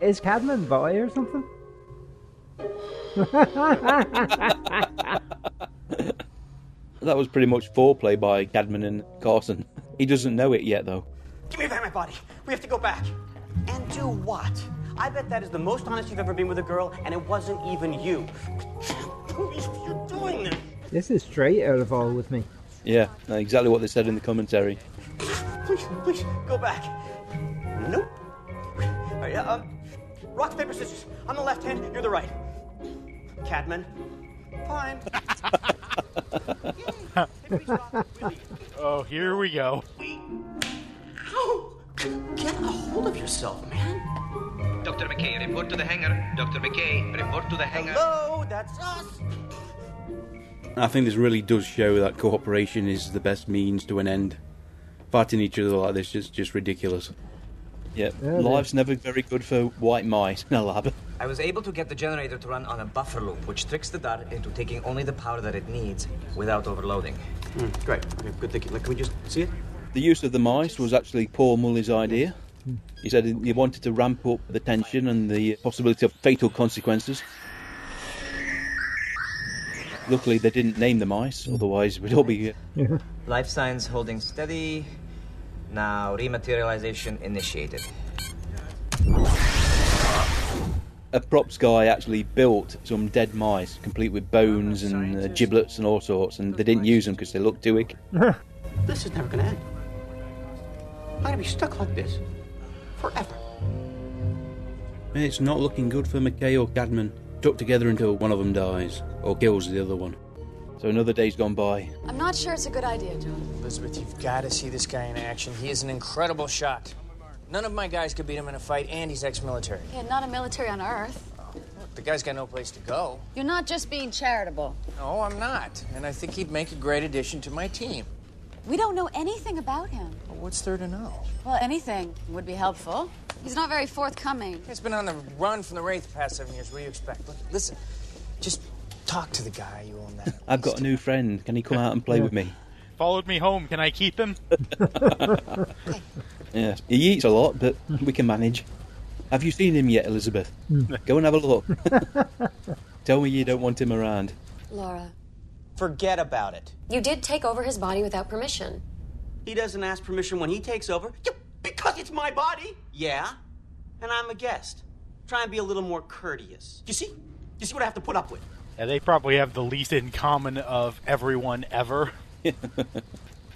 Is Cadman boy or something?
That was pretty much foreplay by Cadman and Carson. He doesn't know it yet, though.
Give me back my body. We have to go back. And do what? I bet that is the most honest you've ever been with a girl, and it wasn't even you. You're doing this.
This is straight out of all with me.
Yeah, exactly what they said in the commentary.
Please, please, go back. Nope. All right, uh, um, rock, paper, scissors. I'm the left hand, you're the right. Cadman. Fine.
oh, here we go.
Ow! Get a hold of yourself, man.
Dr. McKay, report to the hangar. Dr. McKay, report to the hangar.
Hello, that's us.
I think this really does show that cooperation is the best means to an end. Fighting each other like this is just ridiculous. Yep.
Yeah, it
Life's never very good for white mice in a lab.
I was able to get the generator to run on a buffer loop, which tricks the dart into taking only the power that it needs without overloading.
great. Okay, good thinking. Like, can we just see it?
The use of the mice was actually Paul Mully's idea. He said he wanted to ramp up the tension and the possibility of fatal consequences. Luckily, they didn't name the mice, otherwise, we'd all be.
Life signs holding steady. Now, rematerialization initiated.
A props guy actually built some dead mice, complete with bones and uh, giblets and all sorts, and they didn't use them because they looked too weak.
This is never gonna end. I'm gonna be stuck like this forever.
It's not looking good for McKay or Cadman, stuck together until one of them dies or kills the other one. So another day's gone by.
I'm not sure it's a good idea, John.
Elizabeth, you've got to see this guy in action. He is an incredible shot. None of my guys could beat him in a fight, and he's ex military.
Yeah, not a military on Earth.
The guy's got no place to go.
You're not just being charitable.
No, I'm not. And I think he'd make a great addition to my team.
We don't know anything about him.
Well, what's there to know?
Well, anything would be helpful. He's not very forthcoming.
He's been on the run from the Wraith the past seven years. What do you expect? Look, listen, just talk to the guy you own that.
I've got a new friend. Can he come out and play with me?
Followed me home. Can I keep him?
Yeah, he eats a lot, but we can manage. Have you seen him yet, Elizabeth? Go and have a look. Tell me you don't want him around.
Laura,
Forget about it.
you did take over his body without permission.
He doesn't ask permission when he takes over. Yeah, because it's my body. Yeah, and I'm a guest. Try and be a little more courteous. You see? You see what I have to put up with?
Yeah, they probably have the least in common of everyone ever.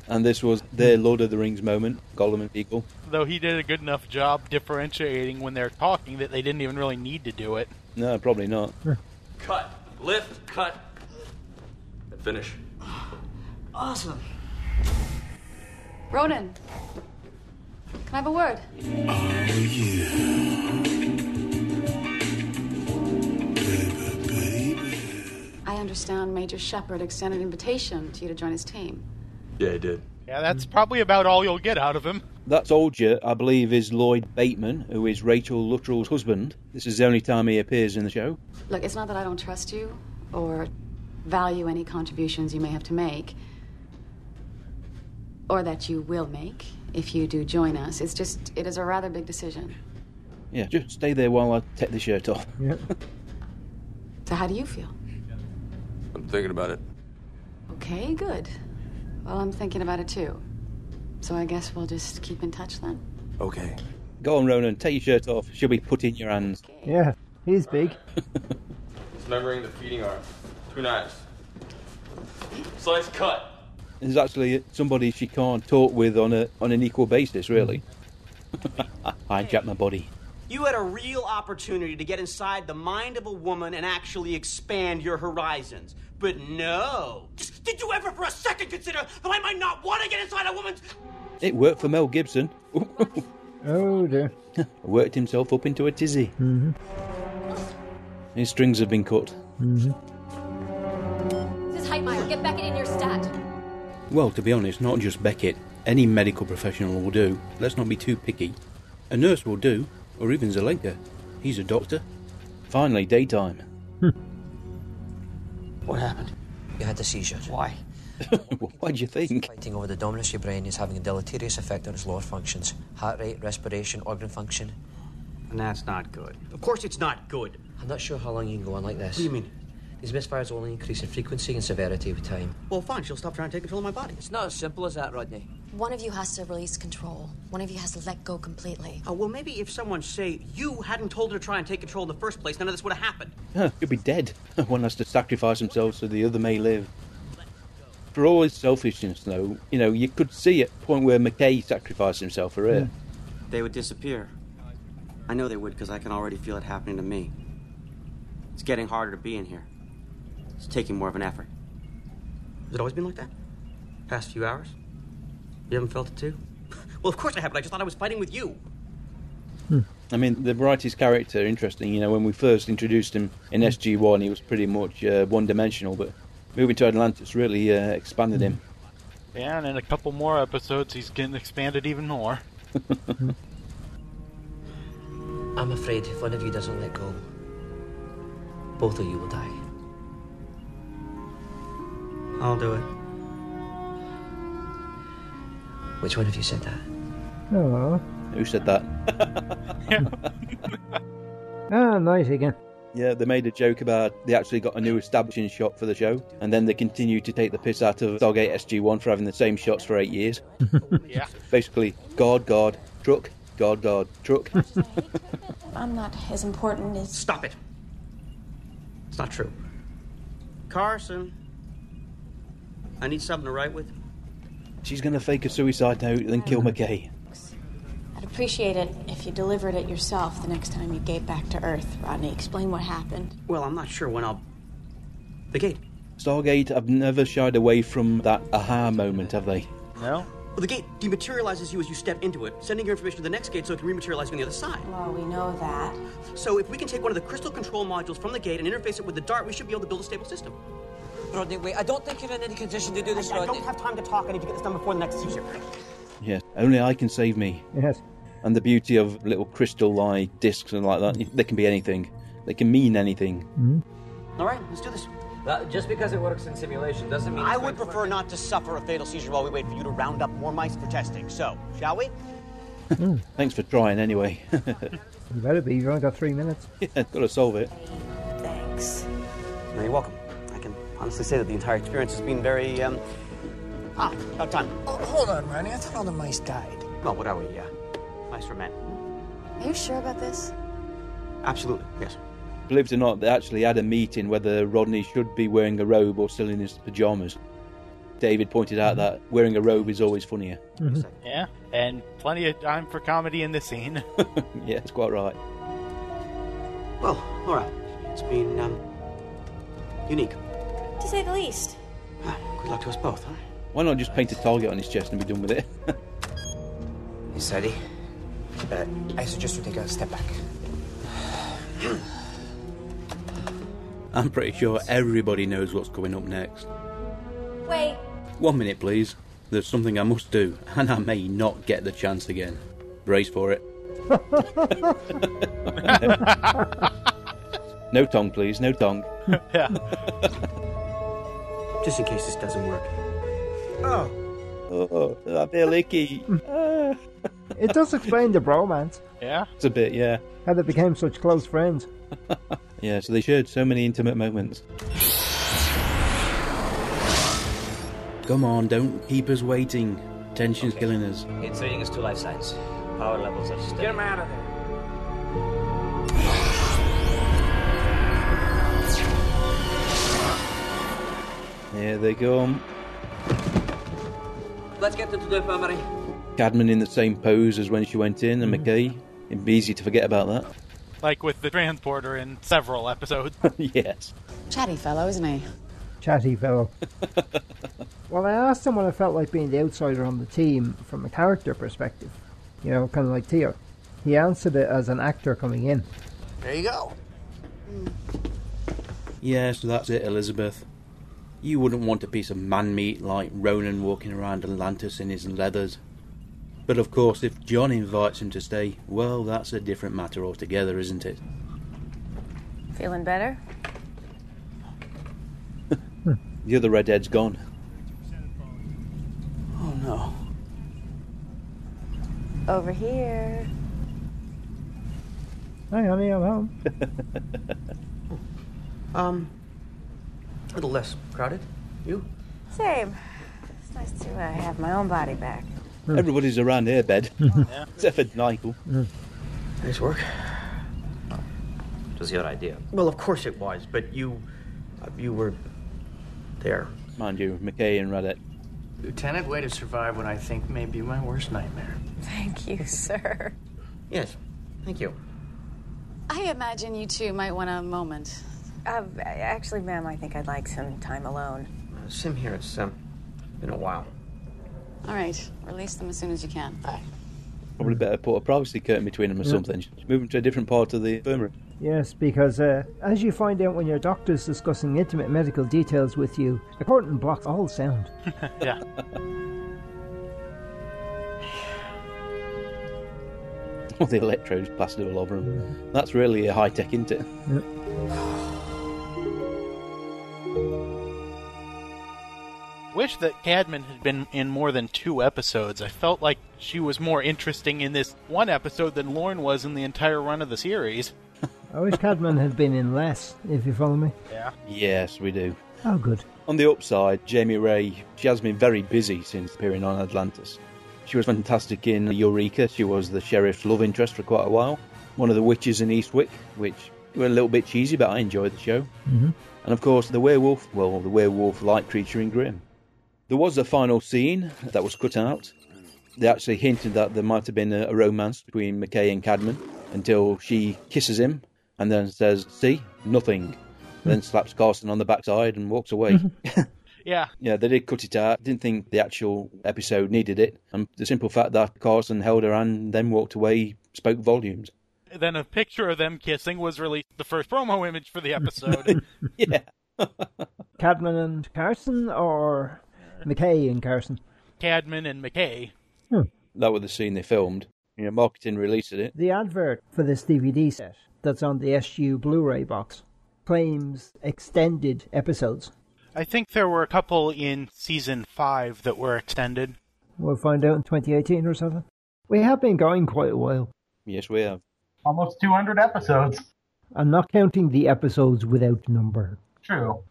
And this was their Lord of the Rings moment, Gollum and Eagle.
Though he did a good enough job differentiating when they're talking that they didn't even really need to do it.
No, probably not.
Cut. Lift. Cut. And finish.
Awesome. Ronan, can I have a word? I understand Major Shepard extended invitation to you to join his team.
Yeah, he did.
Yeah, that's probably about all you'll get out of him.
That soldier, I believe, is Lloyd Bateman, who is Rachel Luttrell's husband. This is the only time he appears in the show.
Look, it's not that I don't trust you or value any contributions you may have to make or that you will make if you do join us. It's just, it is a rather big decision.
Yeah, just stay there while I take the shirt off.
Yeah.
So, how do you feel?
I'm thinking about it.
Okay, good. Well, I'm thinking about it too. So, I guess we'll just keep in touch then.
Okay. Go on, Ronan, take your shirt off. She'll be put in your hands.
Yeah, he's big.
Dismembering the feeding arm. Two knives. Slice. Cut.
There's actually somebody she can't talk with on a on an equal basis, really. I jack my body.
You had a real opportunity to get inside the mind of a woman and actually expand your horizons. But no. Just, did you ever for a second consider that I might not want to get inside a woman's.
It worked for Mel Gibson.
oh dear.
Worked himself up into a tizzy.
Mhm.
His strings have been cut.
This is Heitmeyer. Get Beckett in your stat.
Well, to be honest, not just Beckett. Any medical professional will do. Let's not be too picky. A nurse will do, or even Zelenka. He's a doctor. Finally, daytime.
What happened? You had the seizure. Why?
Why'd you think?
Fighting over the dominance of your brain is having a deleterious effect on its lower functions heart rate, respiration, organ function.
And that's not good. Of course it's not good.
I'm not sure how long you can go on like this.
What do you mean?
These misfires will only increase in frequency and severity with time.
Well, fine, she'll stop trying to take control of my body.
It's not as simple as that, Rodney.
One of you has to release control. One of you has to let go completely.
Oh, well, maybe if someone, say, you hadn't told her to try and take control in the first place, none of this would have happened.
Huh, You'll be dead. One has to sacrifice themselves so the other may live. For all his selfishness, though, you know, you could see at the point where McKay sacrificed himself for her.
They would disappear. I know they would because I can already feel it happening to me. It's getting harder to be in here. It's taking more of an effort.
Has it always been like that? Past few hours? You haven't felt it too? Well, of course I haven't. I just thought I was fighting with you.
I mean, the writer's character, interesting, you know, when we first introduced him in SG1, he was pretty much uh, one dimensional, but moving to Atlantis really uh, expanded him.
Yeah, and in a couple more episodes, he's getting expanded even more.
I'm afraid if one of you doesn't let go, both of you will die.
I'll do it.
Which one of you said that?
Oh,
Who said that?
ah, nice again.
Yeah, they made a joke about they actually got a new establishing shot for the show, and then they continued to take the piss out of Stargate SG1 for having the same shots for eight years.
yeah.
Basically, guard, guard, truck, guard, guard, truck.
I'm not as important as.
Stop it. It's not true. Carson, I need something to write with.
She's going to fake a suicide note and then kill McKay.
I'd appreciate it if you delivered it yourself the next time you get back to Earth, Rodney. Explain what happened.
Well, I'm not sure when I'll.
The gate. Stargate have never shied away from that aha moment, have they?
No. Well, the gate dematerializes you as you step into it, sending your information to the next gate so it can rematerialize on the other side.
Well, we know that.
So if we can take one of the crystal control modules from the gate and interface it with the dart, we should be able to build a stable system.
Rodney, wait, I don't think you're in any condition to do this,
I, I
Rodney.
don't have time to talk. I need to get this done before the next seizure.
Yes. Only I can save me.
Yes.
And the beauty of little crystal like discs and like that, they can be anything. They can mean anything.
All right, let's do this.
Uh, just because it works in simulation doesn't mean.
I would prefer not to suffer a fatal seizure while we wait for you to round up more mice for testing. So, shall we?
Thanks for trying, anyway.
You better be. You've only got three minutes.
yeah, gotta solve it.
Thanks. No, you're welcome. I can honestly say that the entire experience has been very, um... Ah, about time.
Oh, hold on, Ronnie. I thought all the mice died.
Well, what are we, uh, yeah? Mice for men.
Are you sure about this?
Absolutely, yes.
Believe it or not, they actually had a meeting whether Rodney should be wearing a robe or still in his pajamas. David pointed out that wearing a robe is always funnier.
Yeah, and plenty of time for comedy in this scene.
yeah, it's quite right.
Well, all right. It's been, um... Unique.
To say the least.
Good luck to us both, huh?
Why not just paint a target on his chest and be done with it?
He's ready. Uh, I suggest you take a step back.
I'm pretty sure everybody knows what's coming up next.
Wait,
One minute, please. There's something I must do, and I may not get the chance again. Brace for it. no tongue, please. No tongue.
Just in case this doesn't work.
Oh. Oh, I feel icky.
It does explain the bromance.
Yeah.
It's a bit, yeah.
How they became such close friends.
Yeah, so they shared so many intimate moments. Come on, don't keep us waiting. Tension's killing us.
It's reading us two life signs. Power levels are steady.
Get him out of there.
Here they come.
Let's get them to the infirmary.
Cadman in the same pose as when she went in, and McKay. It'd be easy to forget about that.
Like with the transporter in several episodes.
yes.
Chatty fellow, isn't he?
Chatty fellow. well, I asked him what I felt like being the outsider on the team from a character perspective. You know, kind of like Theo. He answered it as an actor coming in.
There you go.
Yeah, so that's it, Elizabeth. You wouldn't want a piece of man meat like Ronan walking around Atlantis in his leathers. But of course, if John invites him to stay, well, that's a different matter altogether, isn't it?
Feeling better?
The other redhead's gone.
Oh, no.
Over here.
Hi, honey, I'm home.
Um, a little less crowded. You?
Same. It's nice to uh, have my own body back.
Everybody's around here, bed. Except for Nigel.
Nice work.
It was your idea.
Well, of course it was, but you, uh, you were there.
Mind you, McKay and Reddit.
Lieutenant, way to survive what I think may be my worst nightmare.
Thank you, sir.
Yes, thank you.
I imagine you two might want a moment.
Uh, actually, ma'am, I think I'd like some time alone.
Uh, Sim here. It's um, been a while.
All right, release them as soon as you can.
Probably better put a privacy curtain between them or
Yeah.
something. Move them to a different part of the infirmary.
Yes, because uh, as you find out when your doctor's discussing intimate medical details with you, the curtain blocks all sound.
yeah.
All the electrodes plastered all over them. That's really a high tech, isn't it?
Wish that Cadman had been in more than two episodes. I felt like she was more interesting in this one episode than Lorne was in the entire run of the series.
I wish Cadman had been in less, if you follow me.
Yeah.
Yes, we do.
Oh, good.
On the upside, Jamie Ray, she has been very busy since appearing on Atlantis. She was fantastic in Eureka. She was the sheriff's love interest for quite a while. One of the witches in Eastwick, which were a little bit cheesy, but I enjoyed the show.
Mm-hmm.
And of course, the werewolf, well, the werewolf like creature in Grimm. There was a final scene that was cut out. They actually hinted that there might have been a, a romance between McKay and Cadman until she kisses him and then says, See, nothing. And then slaps Carson on the backside and walks away.
Yeah.
Yeah, they did cut it out. Didn't think the actual episode needed it. And the simple fact that Carson held her hand, then walked away, spoke volumes.
Then a picture of them kissing was released, the first promo image for the episode.
yeah.
Cadman and Carson or McKay and Carson?
Cadman and McKay.
That was the scene they filmed. You know, marketing released it.
The advert for this DVD set that's on the SU Blu ray box claims extended episodes.
I think there were a couple in season five that were extended.
We'll find out in 2018 or something. We have been going quite a while.
Yes, we have.
Almost 200 episodes.
I'm not counting the episodes without number.
True.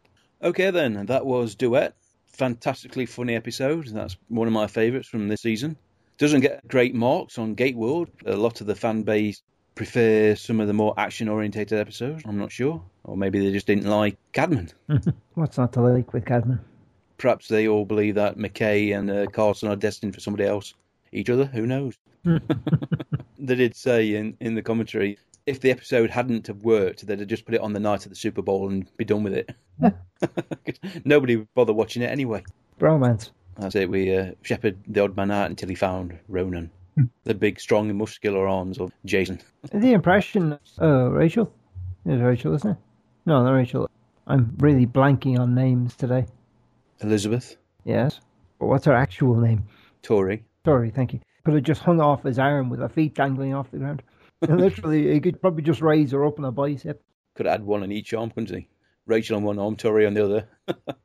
Okay, then, that was Duet. Fantastically funny episode. That's one of my favourites from this season. Doesn't get great marks on Gateworld. A lot of the fan base prefer some of the more action orientated episodes. I'm not sure. Or maybe they just didn't like Cadman.
What's not to like with Cadman?
Perhaps they all believe that McKay and uh, Carson are destined for somebody else. Each other, who knows? they did say in, in the commentary if the episode hadn't have worked, they'd have just put it on the night of the Super Bowl and be done with it. 'Cause Nobody would bother watching it anyway.
Bromance.
That's it. We uh, shepherd the odd man out until he found Ronan, the big, strong, and muscular arms of Jason.
The impression. Oh, Rachel? It's Rachel, isn't it? No, not Rachel. I'm really blanking on names today.
Elizabeth,
Yes. But what's her actual name?
Tory.
Sorry, thank you. Could have just hung off his arm with her feet dangling off the ground. And literally, he could probably just raise her up on a bicep.
Could have had one on each arm, couldn't he? Rachel on one arm, Tory on the other.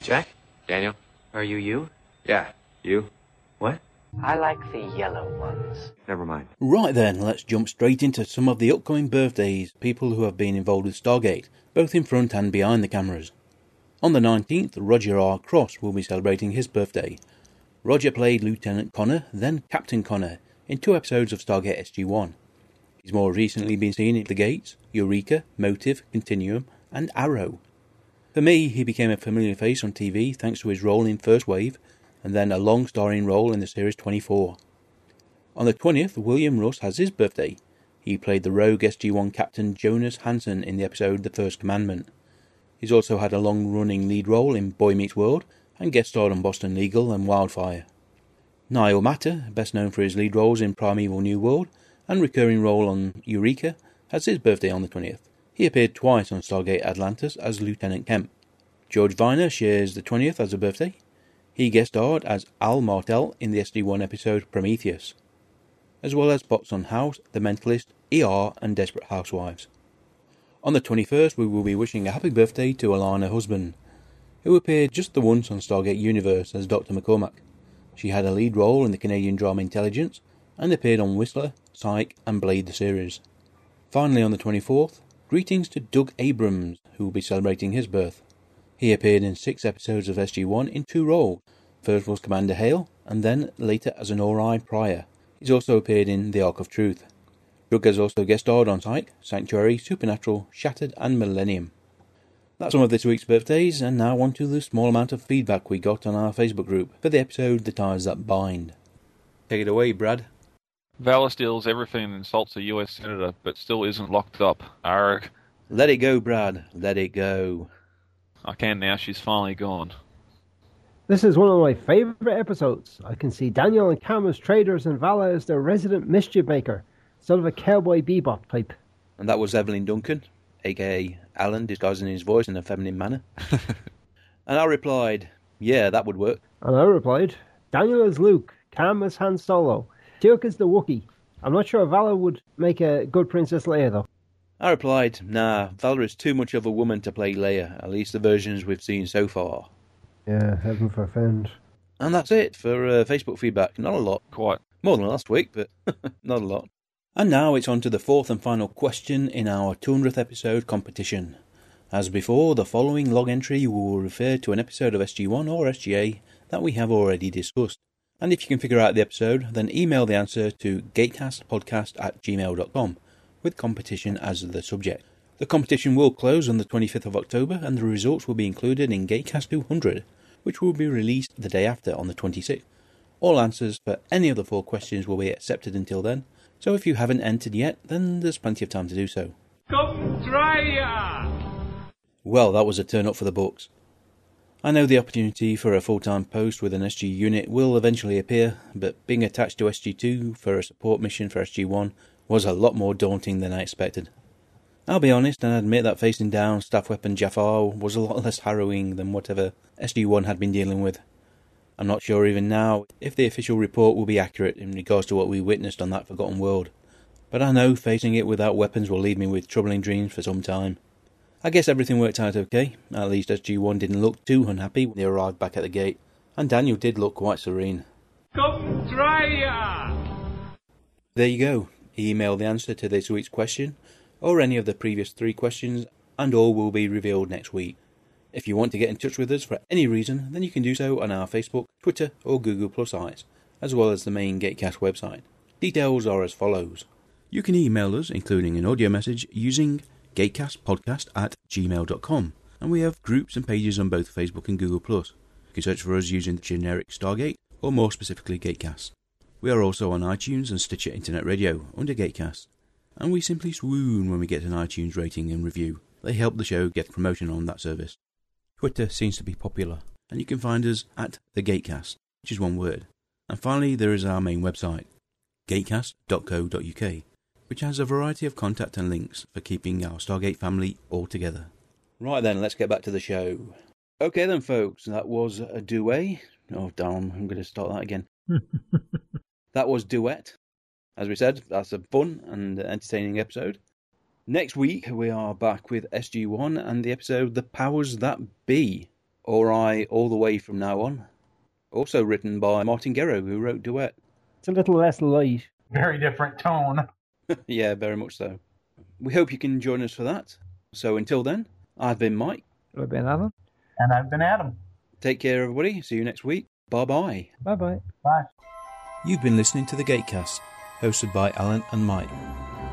Jack? Daniel? Are you you? Yeah, you. What?
I like the yellow ones.
Never mind.
Right then, let's jump straight into some of the upcoming birthdays, people who have been involved with Stargate, both in front and behind the cameras. On the 19th, Roger R. Cross will be celebrating his birthday. Roger played Lieutenant Connor, then Captain Connor, in two episodes of Stargate SG 1. He's more recently been seen in The Gates, Eureka, Motive, Continuum, and Arrow. For me, he became a familiar face on TV thanks to his role in First Wave, and then a long starring role in the series 24. On the 20th, William Russ has his birthday. He played the rogue SG 1 captain Jonas Hansen in the episode The First Commandment. He's also had a long running lead role in Boy Meets World and guest starred on Boston Legal and Wildfire. Niall Matter, best known for his lead roles in Primeval New World and recurring role on Eureka, has his birthday on the 20th. He appeared twice on Stargate Atlantis as Lieutenant Kemp. George Viner shares the 20th as a birthday. He guest starred as Al Martel in the SD1 episode Prometheus, as well as spots on House, The Mentalist, ER, and Desperate Housewives. On the 21st, we will be wishing a happy birthday to Alana Husband, who appeared just the once on Stargate Universe as Dr. McCormack. She had a lead role in the Canadian drama Intelligence and appeared on Whistler, Psych, and Blade the series. Finally, on the 24th, greetings to Doug Abrams, who will be celebrating his birth. He appeared in six episodes of SG 1 in two roles. First was Commander Hale, and then later as an Ori Prior. He's also appeared in The Ark of Truth. Doug has also guest starred on Psych, Sanctuary, Supernatural, Shattered, and Millennium. That's some of this week's birthdays, and now on to the small amount of feedback we got on our Facebook group for the episode The Ties That Bind. Take it away, Brad.
Vala steals everything and insults a U.S. senator, but still isn't locked up. Arg.
Let it go, Brad. Let it go.
I can now. She's finally gone.
This is one of my favourite episodes. I can see Daniel and Cam as traders and Vala as their resident mischief maker, sort of a cowboy bebop type.
And that was Evelyn Duncan, aka Alan, disguising his voice in a feminine manner. and I replied, Yeah, that would work.
And I replied, Daniel is Luke, Cam is Han Solo, Duke is the Wookiee. I'm not sure Vala would make a good Princess Leia, though.
I replied, Nah, Valor is too much of a woman to play Leia, at least the versions we've seen so far.
Yeah, heaven forfend.
And that's it for uh, Facebook feedback. Not a lot.
Quite.
More than last week, but not a lot. And now it's on to the fourth and final question in our 200th episode competition. As before, the following log entry will refer to an episode of SG1 or SGA that we have already discussed. And if you can figure out the episode, then email the answer to gatecastpodcast at gmail.com with competition as the subject. The competition will close on the 25th of October and the results will be included in Gatecast 200, which will be released the day after on the 26th. All answers for any of the four questions will be accepted until then, so if you haven't entered yet, then there's plenty of time to do so.
Come try ya!
Well, that was a turn up for the books. I know the opportunity for a full time post with an SG unit will eventually appear, but being attached to SG 2 for a support mission for SG 1 was a lot more daunting than I expected. I'll be honest and admit that facing down Staff Weapon Jafar was a lot less harrowing than whatever SG 1 had been dealing with. I'm not sure even now if the official report will be accurate in regards to what we witnessed on that forgotten world, but I know facing it without weapons will leave me with troubling dreams for some time. I guess everything worked out okay. At least SG1 didn't look too unhappy when they arrived back at the gate, and Daniel did look quite serene.
Come try ya!
There you go. Email the answer to this week's question, or any of the previous three questions, and all will be revealed next week. If you want to get in touch with us for any reason, then you can do so on our Facebook, Twitter, or Google Plus sites, as well as the main Gatecast website. Details are as follows. You can email us, including an audio message, using gatecastpodcast at gmail.com, and we have groups and pages on both Facebook and Google. Plus. You can search for us using the generic Stargate, or more specifically, Gatecast. We are also on iTunes and Stitcher Internet Radio under Gatecast, and we simply swoon when we get an iTunes rating and review. They help the show get promotion on that service. Twitter seems to be popular, and you can find us at the Gatecast, which is one word. And finally, there is our main website, gatecast.co.uk, which has a variety of contact and links for keeping our Stargate family all together. Right then, let's get back to the show. Okay then, folks, that was a duet. Oh damn, I'm going to start that again. that was duet. As we said, that's a fun and entertaining episode. Next week, we are back with SG1 and the episode The Powers That Be, or I All the Way From Now On. Also written by Martin Guerrero, who wrote Duet.
It's a little less light.
Very different tone.
yeah, very much so. We hope you can join us for that. So until then, I've been Mike.
I've been Alan.
And I've been Adam.
Take care, everybody. See you next week. Bye bye.
Bye bye.
Bye.
You've been listening to The Gatecast, hosted by Alan and Mike.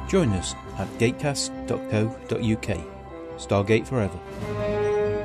Join us at gatecast.co.uk. Stargate Forever.